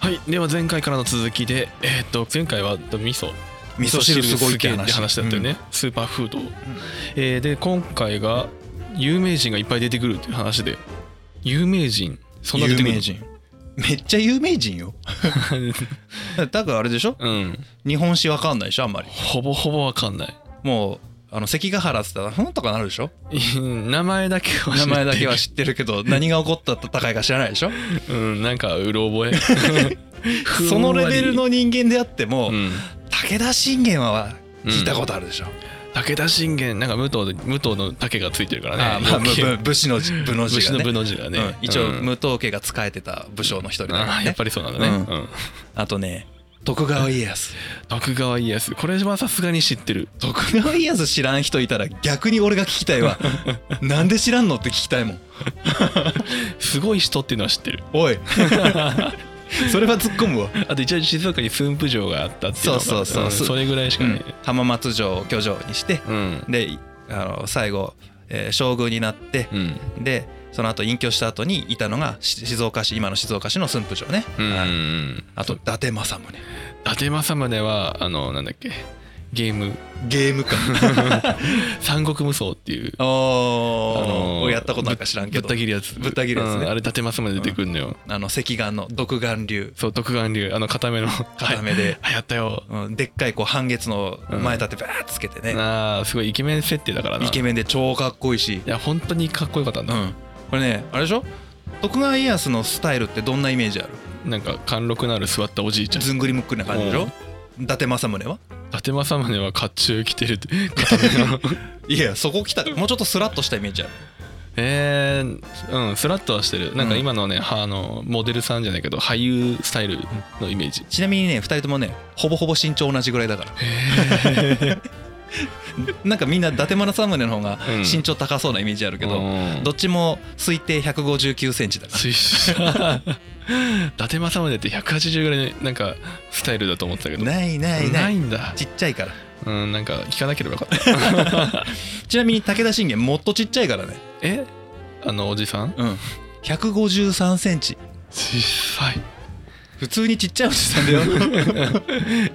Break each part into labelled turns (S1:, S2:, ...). S1: はいでは前回からの続きでえーっと前回は味噌
S2: 味噌汁すごいって
S1: って話だったよね、、スーパーフード、えーで今回が有名人がいっぱい出てくるっていう話で有名人そ
S2: うん
S1: んな出て
S2: 有
S1: くる
S2: 名人めっちゃ有名人よ だからあれでしょ
S1: うん
S2: 日本史わかんないでしょあんまり
S1: ほぼほぼわかんない
S2: もうあの関ヶ原っつったらふんとかなるでしょ
S1: 名前だけは知っ
S2: 名
S1: てる
S2: 前だけは知ってる けど何が起こった戦いか知らないでしょ
S1: うんなんかうろ 覚えふ
S2: そ
S1: ん
S2: の
S1: わり
S2: レベルの人間であっても、
S1: うん
S2: 武田信玄は聞いたことあるでしょ、
S1: 武田信玄なんか武藤で武藤の竹がついてるからね
S2: ああまあ
S1: 余計
S2: 武武士の字武の
S1: 武
S2: 字
S1: 士
S2: が
S1: の
S2: ね
S1: 武の字がね、
S2: うん一応
S1: うん
S2: 武藤家が仕えてた武将の一人だか
S1: あ
S2: ら
S1: ーや
S2: ね
S1: っぱりそうなんだね、
S2: うん
S1: うん
S2: あとね徳川家康
S1: 徳川家康これはさすがに知ってる徳
S2: 徳川家康知らん人いたら逆に俺が聞きた いわなんで知らんのって聞きたいもん
S1: すごい人っていうのは知ってる
S2: おい それは突っ込むわ、
S1: あと一応静岡に駿府城があったっていうのが
S2: そうそうそうん
S1: それぐらいしか
S2: うん
S1: ね、
S2: 浜松城を居城にして
S1: うん
S2: であの最後、えー将軍になって
S1: う、ん
S2: でその後隠居した後にいたのがし静岡市今の静岡市の駿府城ね、
S1: うん、
S2: あのあと
S1: と
S2: 伊達政宗
S1: 伊達政宗はあのなんだっけゲーム
S2: ゲームか
S1: 「三国無双」っていう
S2: おー、
S1: あのー
S2: やったことなんか知らんけど
S1: ぶった切るやつ
S2: ぶった切るやつね
S1: うんあれ伊達政宗出てくんのよ、
S2: あの石眼の独眼竜
S1: そう徳川流あの固めの
S2: 固めで、
S1: はやったよ
S2: うん、でっかいこう半月の前立てバーッつけてね、
S1: なあすごいイケメン設定だからな
S2: イケ
S1: い
S2: メンで超かっこいいし、
S1: や本当にかっこよかったん
S2: う
S1: だ、
S2: ん、これねあれでしょ徳川家康のスタイルってどんなイメージある
S1: なんか貫禄のある座ったおじいちゃん伊
S2: ずんぐりむっくりな感じでし
S1: う
S2: ょ
S1: ん
S2: 伊達政宗は
S1: 達政宗は甲冑着てる って固めの
S2: いやそこ来たらもうちょっとスラッとしたイメージある
S1: えー、うんスラッとはしてるなんか今のね、あのモデルさんじゃないけど俳優スタイルのイメージ
S2: ちなみにね2人ともねほぼほぼ身長同じぐらいだから なんかみんな伊達政宗の方が
S1: うん
S2: 身長高そうなイメージあるけど、
S1: うん
S2: どっちも推定1 5 9センチだから
S1: 推奨伊達政宗って180ぐらいのなんかスタイルだと思ってたけど
S2: ないないない
S1: んだ
S2: ちっちゃいから
S1: うんなんか聞かなければよかった
S2: ちなみに武田信玄もっとちっちゃいからね
S1: えあのおじさん
S2: うん1 5 3センチ
S1: 小さい
S2: 普通にちっちゃいおじさんだよ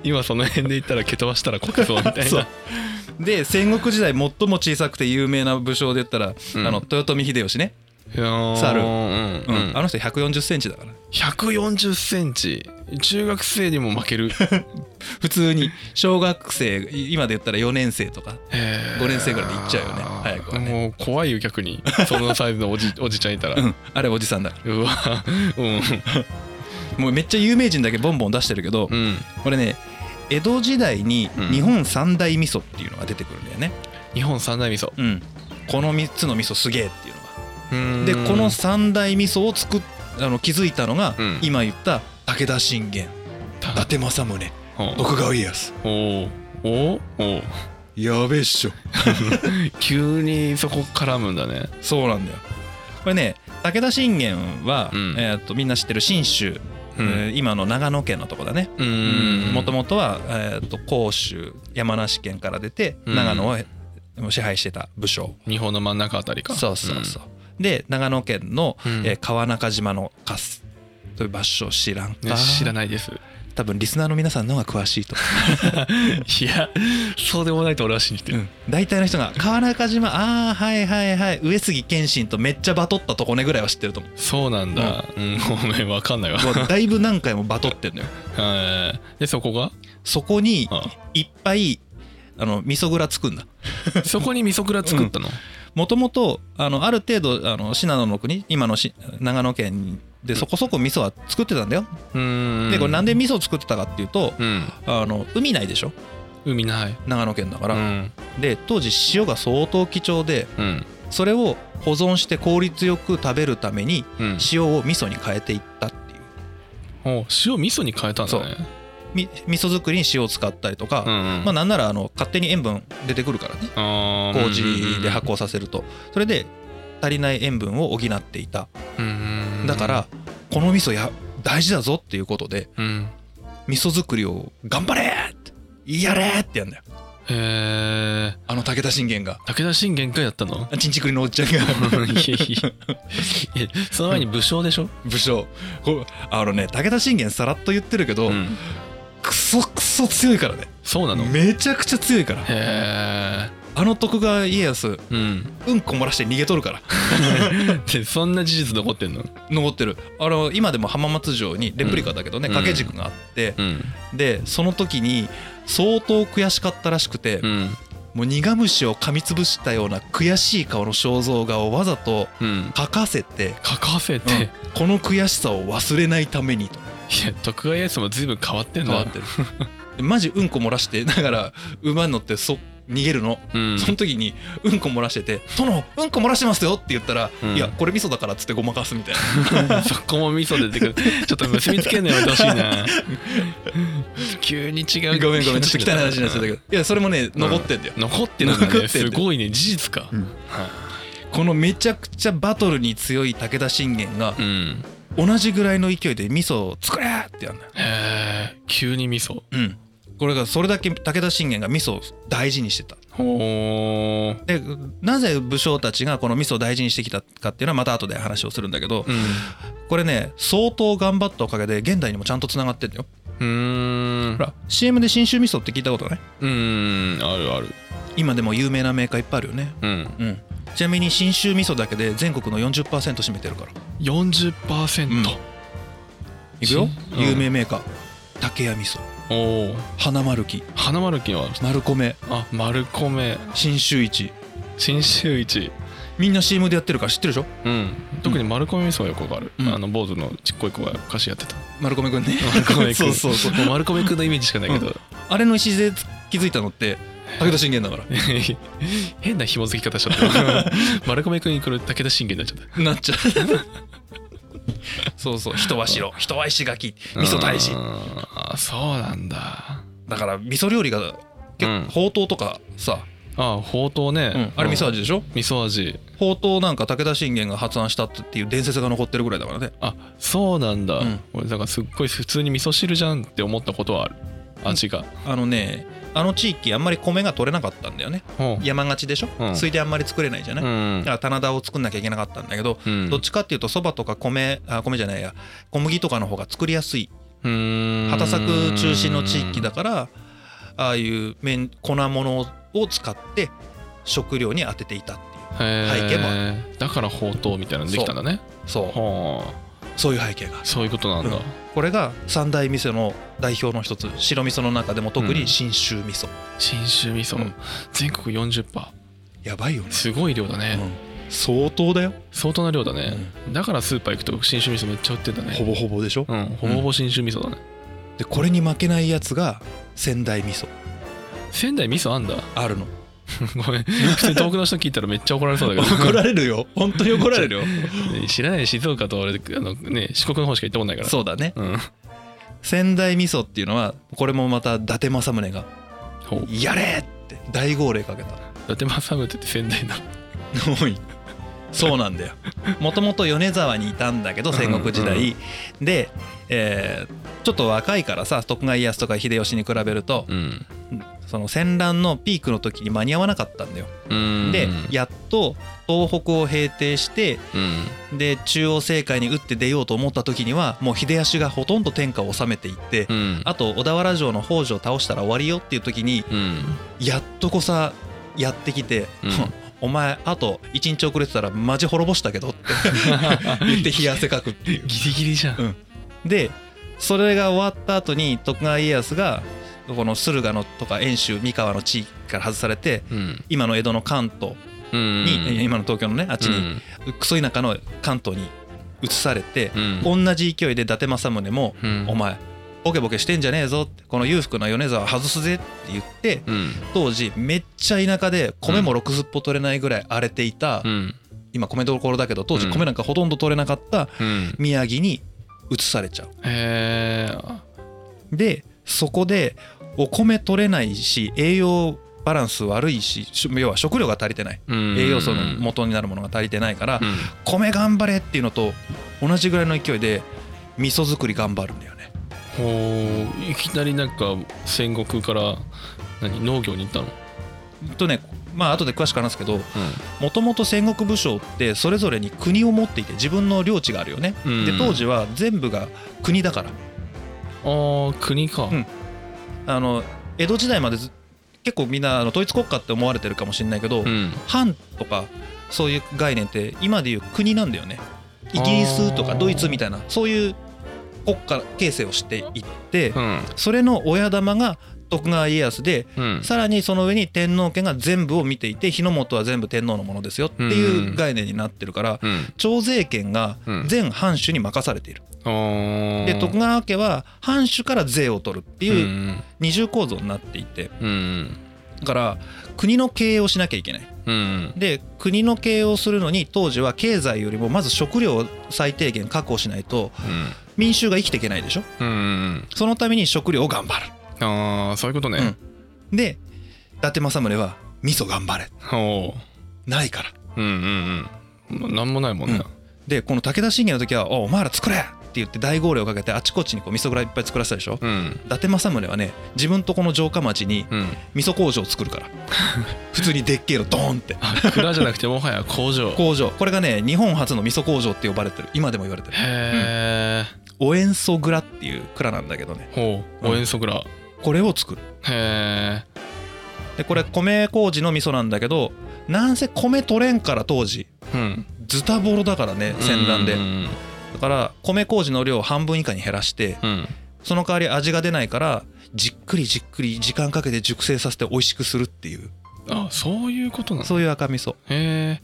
S1: 今その辺で言ったら蹴飛ばしたらこけそうみたいな
S2: そうで戦国時代最も小さくて有名な武将で言ったら、
S1: うん
S2: あの豊臣秀吉ね、
S1: 猿
S2: 猿
S1: うん、
S2: うん
S1: うん、
S2: あの人1 4 0ンチだから
S1: 140センチ中学生にも負ける
S2: 普通に小学生今で言ったら4年生とか
S1: 5
S2: 5年生ぐらいで行っちゃうよね早くはね
S1: もう怖いよ逆にそのサイズのおじおじちゃんいたら、
S2: うんあれおじさんだか
S1: うわう
S2: らもうめっちゃ有名人だけボンボン出してるけど、
S1: んうん
S2: これね江戸時代に
S1: うん
S2: 日本三大味噌っていうのが出てくるんだよね、
S1: 日本三大味噌
S2: うん、この3つの味噌すげえっていう
S1: うー
S2: の
S1: ん
S2: がでこの三大味噌を作っあの気づいたのが、
S1: うん
S2: 今言った武田信玄伊達政宗
S1: お
S2: 徳川家康
S1: おおお
S2: やべえっしょ
S1: 急にそこ絡むんだね
S2: そうなんだよこれね武田信玄は、
S1: うん
S2: えーっとみんな知ってる信州、
S1: うん
S2: えー今の長野県のとこだね
S1: うーん
S2: もともとは、えー、と甲州山梨県から出て
S1: うん
S2: 長野を支配してた武将、
S1: 日本の真ん中あたりか
S2: そうそうそう、で長野県の、
S1: うん
S2: えー川中島の合スという場所知らん
S1: うん
S2: か、
S1: ね知らないです
S2: 多分リスナーの皆さんの方が詳しいと思
S1: いやそうでもないと俺は信じて
S2: う、
S1: る、
S2: 大体の人が 川中島ああはいはいはい上杉謙信とめっちゃバトったとこねぐらいは知ってると思う
S1: そうなんだ、うん、ごめんわかんないわ
S2: もうだいぶ何回もバトってんのよ
S1: はいでそこが
S2: そこに
S1: あ
S2: いっぱいあの味噌蔵作んだ
S1: そこに味噌蔵作ったの、
S2: もともとあのある程度あの信濃の国今のし長野県でそこそこ味噌は作ってたんだよ、
S1: うーん
S2: でこれなんで味噌作ってたかっていうと、
S1: うん
S2: あの海ないでしょ
S1: 海ない
S2: 長野県だか
S1: う
S2: ら、
S1: ん
S2: で当時塩が相当貴重で
S1: うん
S2: それを保存して効率よく食べるために
S1: うん
S2: 塩を味噌に変えていったっていう
S1: お塩味噌に変えたんだね
S2: み味噌作りに塩を使ったりとか、
S1: んん
S2: まあなんならあの勝手に塩分出てくるからね
S1: あー
S2: 麹で発酵させるとそれで足りない塩分を補っていた
S1: うんうんうん
S2: だからこの味噌や大事だぞっていうことで
S1: うん
S2: 味噌作りを頑張れってやれってやんだよ
S1: へえー、
S2: あの武田信玄が
S1: 武田信玄がやったの
S2: ちんちくりのおっちゃんが
S1: いやいやいやその前に武将でしょ、
S2: 武将こうあのね武田信玄さらっと言ってるけど、
S1: うん、
S2: クソクソ強いからね
S1: そうなのへ
S2: めちゃくちゃ強いから
S1: え
S2: あの徳川家康
S1: うん
S2: うんこ漏らして逃げとるから
S1: でそんな事実残ってんの
S2: 残ってるあの今でも浜松城にレプリカだけどね
S1: うん
S2: 掛け軸があって
S1: うん
S2: でその時に相当悔しかったらしくて
S1: うん
S2: もう苦虫を噛みつぶしたような悔しい顔の肖像画をわざと
S1: うん
S2: 描かせて、
S1: 書かせて、
S2: うん
S1: い
S2: この悔しさを忘れないためにと
S1: や徳川家康も随分変わってん
S2: 変
S1: だ
S2: わってるでマジうんこ漏らしてだから馬に乗ってそ逃げるの
S1: うん
S2: その時にうんこ漏らしてて「殿うんこ漏らしてますよ」って言ったら「
S1: うん
S2: いやこれ味噌だから」っつってごまかすみたい な
S1: そこも味噌出てくるちょっと結びつけんのやめてほしい な急に違う
S2: ごめんご めんちょっと汚い話になっちゃったけどいやそれもね残ってんだよ、
S1: 残ってるんだ
S2: 残
S1: ね
S2: ってんだ
S1: す
S2: よ
S1: ごいね事実か
S2: うんこのめちゃくちゃバトルに強い武田信玄が
S1: うん
S2: 同じぐらいの勢いで味噌を作れーってやるのよ、
S1: へえ急に味噌
S2: うん、これがそれだけ武田信玄が味噌を大事にしてた
S1: ほー
S2: でなぜ武将たちがこの味噌を大事にしてきたかっていうのはまた後で話をするんだけど
S1: うん
S2: これね相当頑張ったおかげで現代にもちゃんとつながってんだよ
S1: うーん
S2: ほら CM で信州味噌って聞いたことないう
S1: ーんあるある
S2: 今でも有名なメーカーいっぱいあるよね
S1: うん
S2: うんちなみに信州味噌だけで全国の40%占めてるから
S1: 40%、
S2: いくよ
S1: うん
S2: 有名メーカー竹屋味噌
S1: おお
S2: 花丸木
S1: 花丸金は
S2: 丸米
S1: あ丸米
S2: 信州一
S1: 信州一
S2: みんな CM でやってるから知ってるでしょ
S1: うん特に丸米味噌はよくわかる、
S2: うん
S1: あの坊主のちっこい子が歌詞やってた
S2: 丸米くんね
S1: 丸米くん
S2: そうそうそう
S1: もう 丸米くんのイメージしかないけど、
S2: あれの礎気づいたのって武田信玄だから
S1: 変な紐付き方しちゃった。 丸米くんにこれ武田信玄になっちゃった。
S2: なっちゃう そうそう人は白人は石垣味噌大事
S1: うーんあ、そうなんだ。あ
S2: だから味噌料理が
S1: う
S2: 結
S1: ん
S2: 構ほうとうとかさ、
S1: ほうとうね。
S2: あれ味噌味でしょ、
S1: 味噌味。
S2: ほうとうなんか武田信玄が発案したっていう伝説が残ってるぐらいだからね
S1: あ、そうなんだ
S2: うん。
S1: 俺だからすっごい普通に味噌汁じゃんって思ったことはある。味が。
S2: あのねあの地域あんまり米が取れなかったんだよね
S1: ほう
S2: 山がちでしょ、
S1: うん
S2: 水田あんまり作れないじゃない、
S1: う
S2: だ
S1: ん
S2: から棚田を作んなきゃいけなかったんだけど、
S1: うん
S2: どっちかっていうとそばとか米あ米じゃないや小麦とかの方が作りやすいう
S1: ーん
S2: 畑作中心の地域だからああいう麺粉物を使って食料に当てていたっていう
S1: へー
S2: 背景も
S1: だからほうとうみたいなのできたんだね。
S2: そう
S1: ほ
S2: そういう背景
S1: う。
S2: が
S1: そういうことなんだ。
S2: うんこれが三大店の代表の一つ白味噌の中でも特
S1: う
S2: に
S1: ん
S2: 信州味噌、
S1: 信州味噌
S2: うん。
S1: 全国40%。
S2: やばいよね、
S1: すごい量だね。
S2: うん相当だよ、
S1: 相当な量だね、だからスーパー行くと信州味噌めっちゃ売ってんだね
S2: ほぼほぼでしょ、
S1: うんほぼほぼ信州味噌だね、
S2: でこれに負けないやつが仙台味噌
S1: 仙台味噌あんだ
S2: あるの
S1: ごめん普通に遠くの人聞いたらめっ ちゃ怒られそうだけど
S2: 怒られるよ本当に怒られるよ
S1: 知らない静岡と俺あのね四国の方しか行ったことないから
S2: そうだね
S1: ううん
S2: 仙台味噌っていうのはこれもまた伊達政宗が
S1: ほう
S2: 「やれ!」って大号令かけた
S1: 伊達政宗って仙台なの
S2: おいそうなんだよもともと米沢にいたんだけど戦国時代、で、えーちょっと若いからさ徳川家康とか秀吉に比べると
S1: うん
S2: その戦乱のピークの時に間に合わなかったんだよ、
S1: うん
S2: でやっと東北を平定して
S1: うん
S2: で中央政界に打って出ようと思った時にはもう秀吉がほとんど天下を治めていって、
S1: うん
S2: あと小田原城の北条を倒したら終わりよっていう時に
S1: うん
S2: やっとこさやってきて、
S1: うん
S2: お前あと1日遅れてたらマジ滅ぼしたけどって 言って冷や汗かくっていう
S1: ギリギリじゃん、
S2: うんでそれが終わった後に徳川家康がこの駿河のとか遠州三河の地域から外されて
S1: うん
S2: 今の江戸の関東
S1: うん
S2: に、え今の東京のねあっち
S1: う
S2: に、
S1: ん
S2: クソ田舎の関東に移されて、
S1: うん
S2: 同じ勢いで伊達政宗も「
S1: うん
S2: お前ボケボケしてんじゃねえぞ」ってこの裕福な米沢外すぜって言って、
S1: うん
S2: 当時めっちゃ田舎で米もろくすっぽ取れないぐらい荒れていた、
S1: うん
S2: 今米どころだけど当時米なんかほとんど取れなかった
S1: うん
S2: 宮城に移されちゃう
S1: へえ
S2: でそこでお米取れないし栄養バランス悪いしし要は食料が足りてない栄養素の元になるものが足りてないから
S1: うん
S2: 米頑張れっていうのと同じぐらいの勢いで味噌作り頑張るんだよね
S1: ほういきなりなんか戦国から何農業に行ったの
S2: とねまあ後で詳しく話すけどもともと戦国武将ってそれぞれに国を持っていて自分の領地があるよね、
S1: うん
S2: で当時は全部が国だから
S1: ああ国か、
S2: うんあの江戸時代までず結構みんなあの統一国家って思われてるかもしれないけど、
S1: うん
S2: 藩とかそういう概念って今でいう国なんだよねイギリスとか
S1: あー
S2: ドイツみたいなそういう国家形成をしていって
S1: うん
S2: それの親玉が徳川家康で
S1: うん
S2: さらにその上に天皇家が全部を見ていて日の本は全部天皇のものですよっていう概念になってるから
S1: うん
S2: 徴税権が全藩主に任されている
S1: あー
S2: で徳川家は藩主から税を取るって
S1: う
S2: いうん二重構造になっていて
S1: うん
S2: だから国の経営をしなきゃいけない
S1: うん
S2: で国の経営をするのに当時は経済よりもまず食料を最低限確保しないと
S1: うん
S2: 民衆が生きていけないでしょ
S1: うんうん
S2: そのために食料を頑張る
S1: ああそういうことね、
S2: で伊達政宗は味噌頑張れ
S1: おお
S2: ないから
S1: うんうんうんなんもないもんね、
S2: でこの武田信玄の時は「おお前ら作れ!」って言って大号令をかけてあちこちにこう味噌蔵いっぱい作らせたでしょ、
S1: うん
S2: 伊達政宗はね自分とこの城下町に
S1: うん、
S2: 味噌工場を作るから 普通にでっけえのドーンって
S1: あ蔵じゃなくてもはや工場へ
S2: 工場これがね日本初の味噌工場って呼ばれてる今でも言われてる
S1: え、
S2: お塩素蔵っていう蔵なんだけどね
S1: ほうお塩素蔵へ
S2: これを作る
S1: え
S2: でこれ米麹の味噌なんだけどなんせ米取れんから当時
S1: うん
S2: ズタボロだからね戦乱で
S1: う
S2: だ
S1: ん
S2: から米麹の量を半分以下に減らして
S1: うん
S2: その代わり味が出ないからじっくりじっくり時間かけて熟成させて美味しくするっていう
S1: あそういうことなの
S2: そういう赤味噌
S1: へえ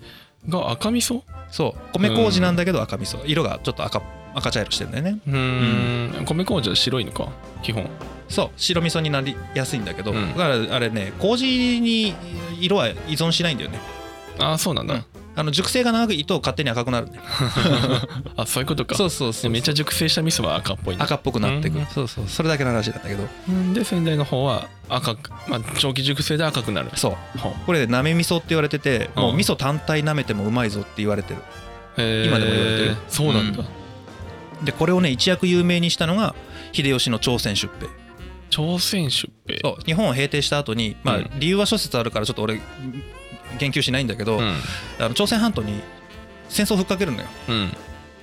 S1: が赤味噌
S2: そう米麹なんだけど赤味噌色がちょっと赤赤茶色してるんだよね
S1: うーん米麹は白いのか基本
S2: そう白味噌になりやすいんだけど、
S1: うん
S2: だからあれね麹に色は依存しないんだよね
S1: あそうなんだ、
S2: うんあの熟成が長いと勝手に赤くなるんだよ
S1: あそういうことか
S2: そうそうそう
S1: めっちゃ熟成した味噌は赤っぽいね
S2: 赤っぽくなってく
S1: う
S2: る
S1: ん
S2: そうそうそれだけの話なんだけど
S1: うんで仙台の方は赤く、まあ、長期熟成で赤くなる
S2: そう
S1: ほう
S2: これなめ味噌って言われててもう
S1: うん
S2: 味噌単体なめてもうまいぞって言われてる
S1: へー
S2: 今でも言われてる
S1: そうなんだ、
S2: うんでこれをね一躍有名にしたのが秀吉の朝鮮出兵
S1: 朝鮮出兵
S2: そう日本を平定した後にまあ
S1: うん
S2: 理由は諸説あるからちょっと俺言及しないんだけど
S1: ん
S2: あの朝鮮半島に戦争をふっかけるのよ
S1: うん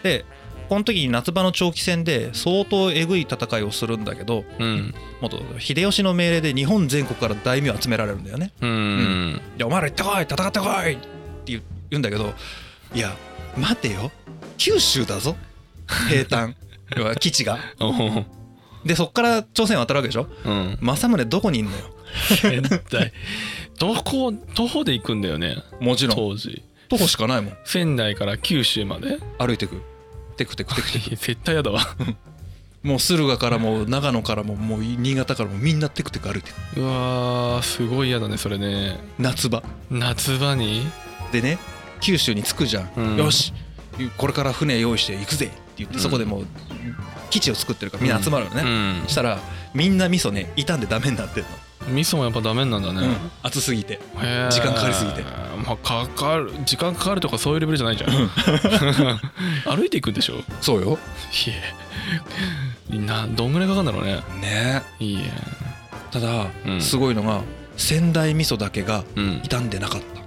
S2: でこの時に夏場の長期戦で相当えぐい戦いをするんだけど
S1: うん
S2: もっと秀吉の命令で日本全国から大名を集められるんだよね
S1: うん、うん
S2: いやお前ら行ってこい戦ってこいって言う言うんだけどいや待てよ九州だぞ平坦要は基地が
S1: おお
S2: でそっから朝鮮渡るわけでしょ
S1: うん
S2: 政宗どこにいんのよ
S1: 絶対 どこ徒歩で行くんだよね
S2: もちろん
S1: 当時
S2: 徒歩しかないもん
S1: 仙台から九州まで
S2: 歩いてくテクテクテクテク
S1: 絶対やだわ
S2: もう駿河からも長野からももう新潟からもみんなテクテク歩いてく
S1: うわーすごい嫌だねそれね
S2: 夏場
S1: 夏場に
S2: でね九州に着くじゃん、
S1: うん
S2: よしこれから船用意して行くぜって言ってそこでもう基地を作ってるからみんな集まるのね、
S1: うん
S2: したらみんな味噌ね傷んでダメになってる
S1: 味噌もやっぱダメなんだ
S2: の、
S1: ね、
S2: 熱すぎて
S1: へー
S2: 時間かかりすぎて
S1: まあかかる時間かかるとかそういうレベルじゃないじゃん 歩いていくんでしょい
S2: そうよ
S1: えなどんぐらいかかるんだろうね
S2: ね
S1: いいえ
S2: ただ、
S1: うん
S2: すごいのが仙台味噌だけが
S1: うん
S2: 傷んでなかった、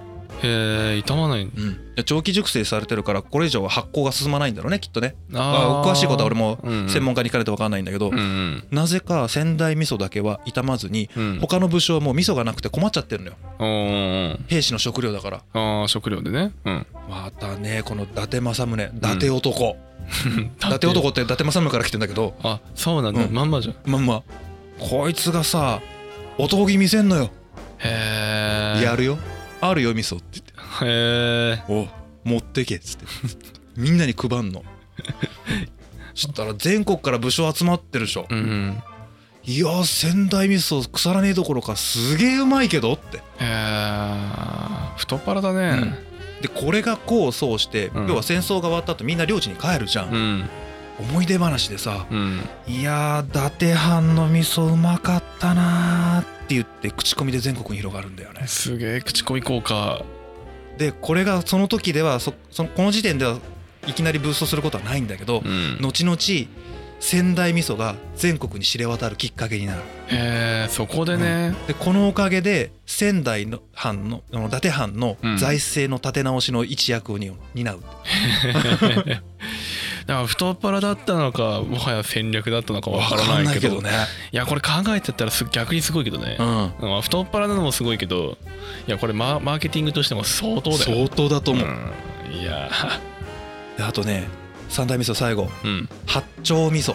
S1: へえ傷まないんだ
S2: うん長期熟成されてるからこれ以上は発酵が進まないんだろうねきっとねまあ詳しいことは俺も専門家に聞かれて分かんないんだけど、
S1: うんうん
S2: なぜか仙台味噌だけは傷まずに
S1: うん
S2: 他の武将はもう味噌がなくて困っちゃってるのよ
S1: おーおー
S2: 兵士の食料だから
S1: あー食料でねうん
S2: またねこの伊達政宗伊達男、伊達
S1: だ
S2: 男
S1: って
S2: って伊達政宗から来てんだけど
S1: あそうなんだ、
S2: うん
S1: まんまじゃん
S2: まあまあこいつがさ男気見せんのよ、
S1: へえ
S2: やるよあるよ味噌って
S1: へ
S2: 言ってお持ってけっつって みんなに配ん のそしたら全国から武将集まってるでしょ
S1: えうん
S2: いや仙台味噌腐らねえどころかすげえうまいけどって
S1: へえ太っ腹だね
S2: でこれが功を奏して、
S1: うん
S2: 要は戦争が終わった後みんな領地に帰るじゃん、
S1: うん
S2: 思い出話でさ
S1: うん
S2: 「いやー伊達藩の味噌うまかったな」って言って口コミで全国に広がるんだよね
S1: すげえ口コミ効果
S2: でこれがその時ではそそのこの時点ではいきなりブーストすることはないんだけど、
S1: うん
S2: 後々仙台味噌が全国に知れ渡るきっかけになる
S1: へえそこでね、
S2: でこのおかげで仙台の藩のあの伊達藩の
S1: うん
S2: 財政の立て直しの一役を担う、
S1: だから太っ腹だったのかもはや戦略だったのかわからないけどい
S2: ね、
S1: やこれ考えてったらす逆にすごいけどね
S2: う、ん、
S1: まあ太っ腹なのもすごいけどいやこれマーマーケティングとしても相当だよ
S2: 相当だと思う、
S1: うんいや
S2: であとね三大味噌最後
S1: うん
S2: 八丁味噌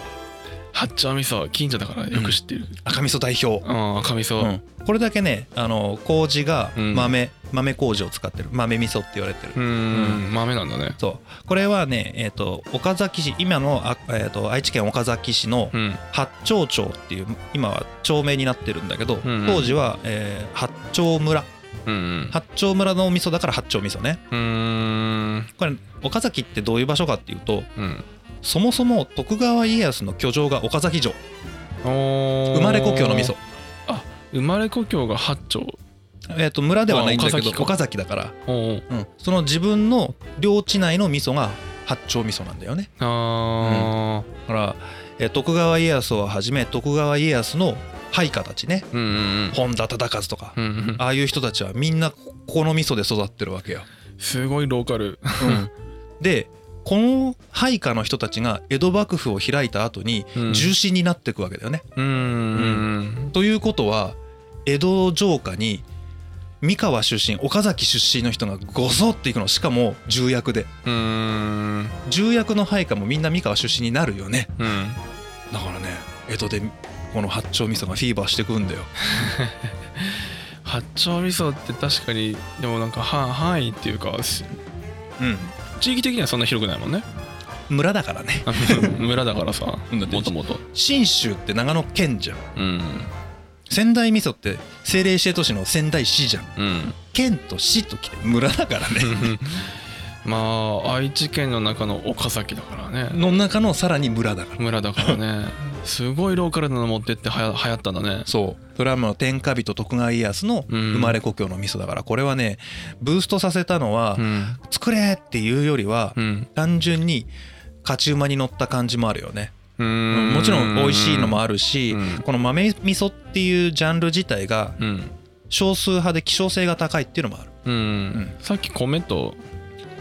S1: 八丁味噌は近所だからよく知ってる、
S2: 赤味噌代表、
S1: うん、赤味
S2: う
S1: 噌
S2: ん、これだけねあの麹が
S1: うん
S2: 豆、豆麹を使ってる豆味噌って言われてる、
S1: うんん豆なんだね
S2: そうこれはねえっ、と岡崎市今のあ、えー、と愛知県岡崎市の
S1: うん
S2: 八丁町っていう今は町名になってるんだけど、
S1: うんうん
S2: 当時は、えー八丁村
S1: うんうん
S2: 八丁村の味噌だから八丁味噌ね
S1: うーん
S2: これ岡崎ってどういう場所かっていうと
S1: うん
S2: そもそも徳川家康の居城が岡崎城
S1: おー
S2: 生まれ故郷の味噌
S1: 生まれ故郷が八丁
S2: えー、と村ではないんだけど
S1: あ
S2: 岡
S1: 岡
S2: 崎
S1: 崎か
S2: だから、
S1: おー
S2: うん、その自分の領地内の味噌が八丁味噌なんだよね
S1: あー
S2: だから、えー徳川家康をはじめ徳川家康の配下たちね
S1: うんうん
S2: 本田忠勝とか、
S1: うんうん
S2: ああいう人たちはみんなここの味噌で育ってるわけよ、
S1: すごいローカル
S2: でこの配下の人たちが江戸幕府を開いた後に
S1: うん
S2: 重臣になっていくわけだよね、
S1: うんうん
S2: ということは江戸城下に三河出身岡崎出身の人がごそっていくのしかも重役で
S1: うんうん
S2: 重役の配下もみんな三河出身になるよね
S1: うん
S2: だからね江戸でこの八丁味噌がフィーバーしてくんだよ
S1: 八丁味噌って確かにでもなんか範範囲っていうかし
S2: う
S1: 地域的にはそんな広くないもん ね
S2: ん村だからね
S1: あ村だからさ
S2: うんだって
S1: もともと
S2: 信州って長野県じゃん
S1: うん
S2: 仙台味噌って政令指定都市の仙台市じゃん
S1: うん
S2: 県と市と来て村だからね
S1: まあ愛知県の中の岡崎だからね
S2: の中のさらに村だから
S1: 村だからねすごいローカルなの持ってってはや流行ったんだね
S2: そうそれはもう天下人徳川家康の
S1: うん
S2: 生まれ故郷の味噌だからこれはねブーストさせたのは
S1: うん
S2: 作れっていうよりは
S1: うん
S2: 単純に勝ち馬に乗った感じもあるよね
S1: う
S2: もちろん美味しいのも
S1: あ
S2: あるし
S1: うん
S2: この豆味噌っていうジャンル自体が
S1: るうん
S2: 少数派で希少性が高いっていうのもある
S1: うん、
S2: ん
S1: さっき米と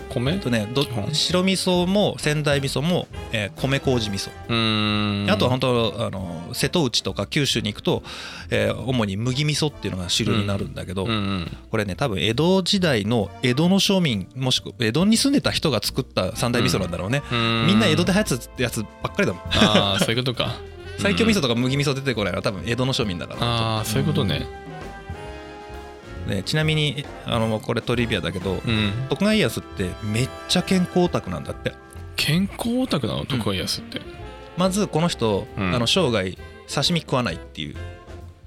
S1: 米
S2: とねど
S1: 基本
S2: 白味噌も仙台味噌もえー米麹味噌
S1: うん
S2: あとは本当あの瀬戸内とか九州に行くとえー主に麦味噌っていうのが主流になるんだけど
S1: うんうん
S2: これね多分江戸時代の江戸の庶民もしくは江戸に住んでた人が作った三大味噌なんだろうね、
S1: うん
S2: みんな江戸で流行ってたやつばっかりだもん
S1: ああそういうこと か
S2: 西京味噌とか麦味噌出てこないのは多分江戸の庶民だから、
S1: ああそういうことね
S2: ね、ちなみにあのこれトリビアだけど、
S1: うん
S2: 徳川家康ってめっちゃ健康オタクなんだって
S1: 健康オタクなの徳川家康って
S2: まずこの人、
S1: うん
S2: あの生涯刺身食わないっていう、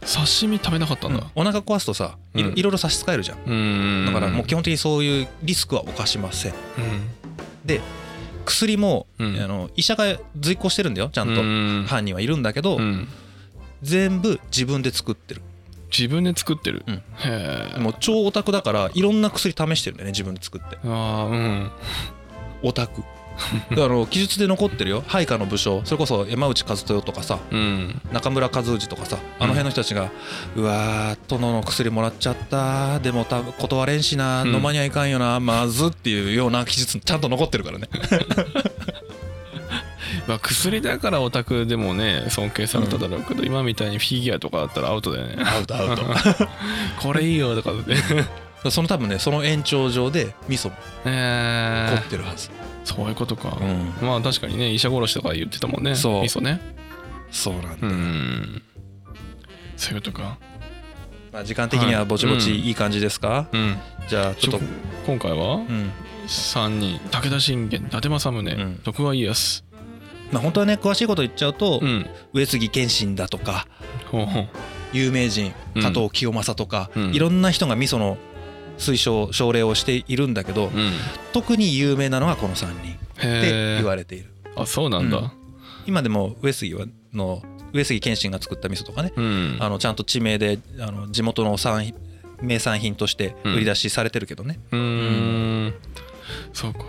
S1: 刺身食べなかったんだ
S2: お腹壊すとさいろ
S1: うん
S2: いろいろ差し支えるじゃん、
S1: うん
S2: だからもう基本的にそういうリスクは犯しません薬も、
S1: うん
S2: あの医者が随行してるんだよちゃ
S1: うんん
S2: と、
S1: うん
S2: 犯人はいるんだけど、
S1: うん
S2: 全部自分で作ってる
S1: 自分で作ってる
S2: うん
S1: へえ
S2: もう超オタクだからいろんな薬試してるんだよね自分で作って
S1: ああうん
S2: オ タクだから記述で残ってるよ配下の武将それこそ山内和豊とかさ
S1: うん
S2: 中村和氏とかさあの辺の人たちが「うわー殿の薬もらっちゃったでも多分断れんしな
S1: うん
S2: 飲まにゃいかんよなまず」っていうような記述ちゃんと残ってるからね
S1: まあ薬だからオタクでもね尊敬されただろうけど今みたいにフィギュアとかだったらアウトだよね
S2: アウトアウ
S1: これいいよとかって
S2: トその多分ねその延長上で味噌も
S1: え
S2: 凝
S1: ー
S2: ってるはず、
S1: そういうことか
S2: うん
S1: まあ確かにね医者殺しとか言ってたもんね
S2: そう
S1: 味噌ね
S2: そうなん
S1: う
S2: だ、
S1: んそういうことか
S2: まあ、時間的にはぼちぼちいい感じですか、
S1: うん
S2: じゃあちょっと
S1: ちょ今回は
S2: うん
S1: 3人武田信玄伊達政宗、
S2: うん
S1: 徳川家康
S2: まあ本当はね詳しいこと言っちゃうと、
S1: うん
S2: 上杉謙信だとか
S1: ほうほう
S2: 有名人
S1: うん
S2: 加藤清正とか、
S1: うん
S2: いろんな人が味噌の推奨奨励をしているんだけど、
S1: うん
S2: 特に有名なのはこの3人って
S1: へえ
S2: 言われている
S1: あそうなんだ
S2: 今でも上杉はの上杉謙信が作った味噌とかね、
S1: うん
S2: あのちゃんと地名であの地元の産品名産品として売り出しされてるけどね、
S1: うーんそうか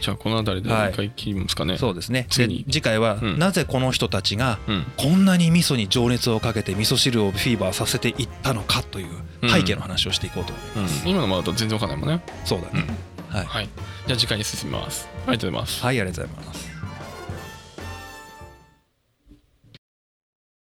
S1: じゃあこの辺りで一回切りますかね、
S2: そうですねで
S1: 次に
S2: 次回は、
S1: うん
S2: なぜこの人たちが
S1: うん
S2: こんなに味噌に情熱をかけて味噌汁をフィーバーさせていったのかという背景の話をしていこうと思い
S1: うん
S2: ます、
S1: 今のまだと全然わかんないもんね
S2: そうだね、はい、
S1: はいじゃあ次回に進みますありがとうございます
S2: はい、ありがとうございます